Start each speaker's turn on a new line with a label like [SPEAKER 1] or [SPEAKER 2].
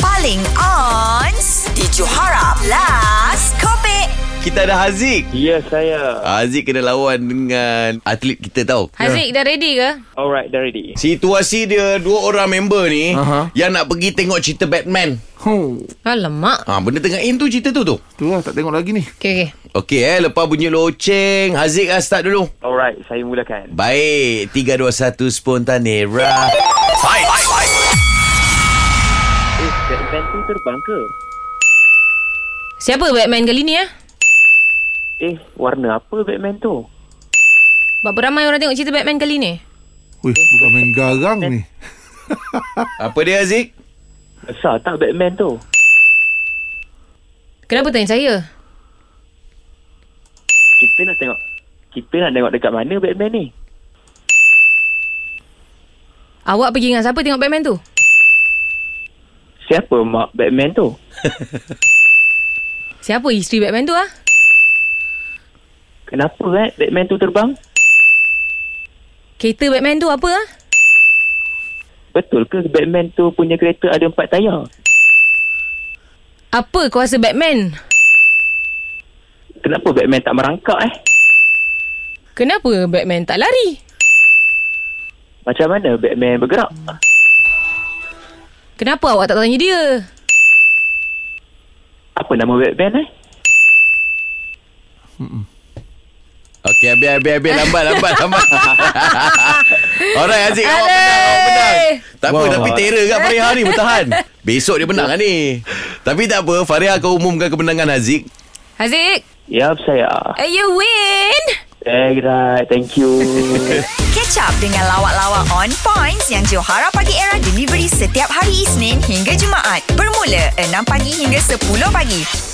[SPEAKER 1] paling on di Johara Plus Kopi.
[SPEAKER 2] Kita ada Haziq
[SPEAKER 3] Yes, Ya, saya.
[SPEAKER 2] Haziq kena lawan dengan atlet kita tau
[SPEAKER 4] Haziq dah ready ke?
[SPEAKER 3] Alright, dah ready.
[SPEAKER 2] Situasi dia dua orang member ni
[SPEAKER 5] Aha.
[SPEAKER 2] yang nak pergi tengok cerita Batman.
[SPEAKER 5] Huh,
[SPEAKER 4] Alamak.
[SPEAKER 2] Ha benda tengah in tu cerita tu tu.
[SPEAKER 5] tu lah tak tengok lagi ni.
[SPEAKER 4] Okey, okey.
[SPEAKER 2] Okey eh lepas bunyi loceng Haziq lah start dulu.
[SPEAKER 3] Alright, saya mulakan.
[SPEAKER 2] Baik 3 2 1 spontanera.
[SPEAKER 3] Eh, Batman tu terbang ke?
[SPEAKER 4] Siapa Batman kali ni ya?
[SPEAKER 3] Eh, warna apa Batman tu?
[SPEAKER 4] Berapa ramai orang tengok cerita Batman kali ni?
[SPEAKER 5] Wih, bukan main garang ni.
[SPEAKER 2] Apa dia Haziq?
[SPEAKER 3] Besar tak Batman tu?
[SPEAKER 4] Kenapa tanya saya?
[SPEAKER 3] Kita nak tengok kita nak tengok dekat mana Batman ni?
[SPEAKER 4] Awak pergi dengan siapa tengok Batman tu?
[SPEAKER 3] Siapa mak Batman tu?
[SPEAKER 4] Siapa isteri Batman tu ah?
[SPEAKER 3] Kenapa eh Batman tu terbang?
[SPEAKER 4] Kereta Batman tu apa ah?
[SPEAKER 3] Betul ke Batman tu punya kereta ada empat tayar?
[SPEAKER 4] Apa kuasa Batman?
[SPEAKER 3] Kenapa Batman tak merangkak eh?
[SPEAKER 4] Kenapa Batman tak lari?
[SPEAKER 3] Macam mana Batman bergerak?
[SPEAKER 4] Kenapa awak tak tanya dia?
[SPEAKER 3] Apa nama Batman eh?
[SPEAKER 2] Okey habis habis habis lambat lambat lambat. Alright Haziq awak menang awak menang. Tak apa
[SPEAKER 3] Wah.
[SPEAKER 2] tapi terror kat Fariha ni bertahan. Besok dia menang kan ni. Tapi tak apa Fariha kau umumkan kemenangan Haziq.
[SPEAKER 4] Haziq,
[SPEAKER 3] Yap, saya.
[SPEAKER 4] eh, you win!
[SPEAKER 3] Eh, right. Thank you.
[SPEAKER 1] Catch up dengan lawak-lawak on points yang Johara Pagi Era delivery setiap hari Isnin hingga Jumaat bermula 6 pagi hingga 10 pagi.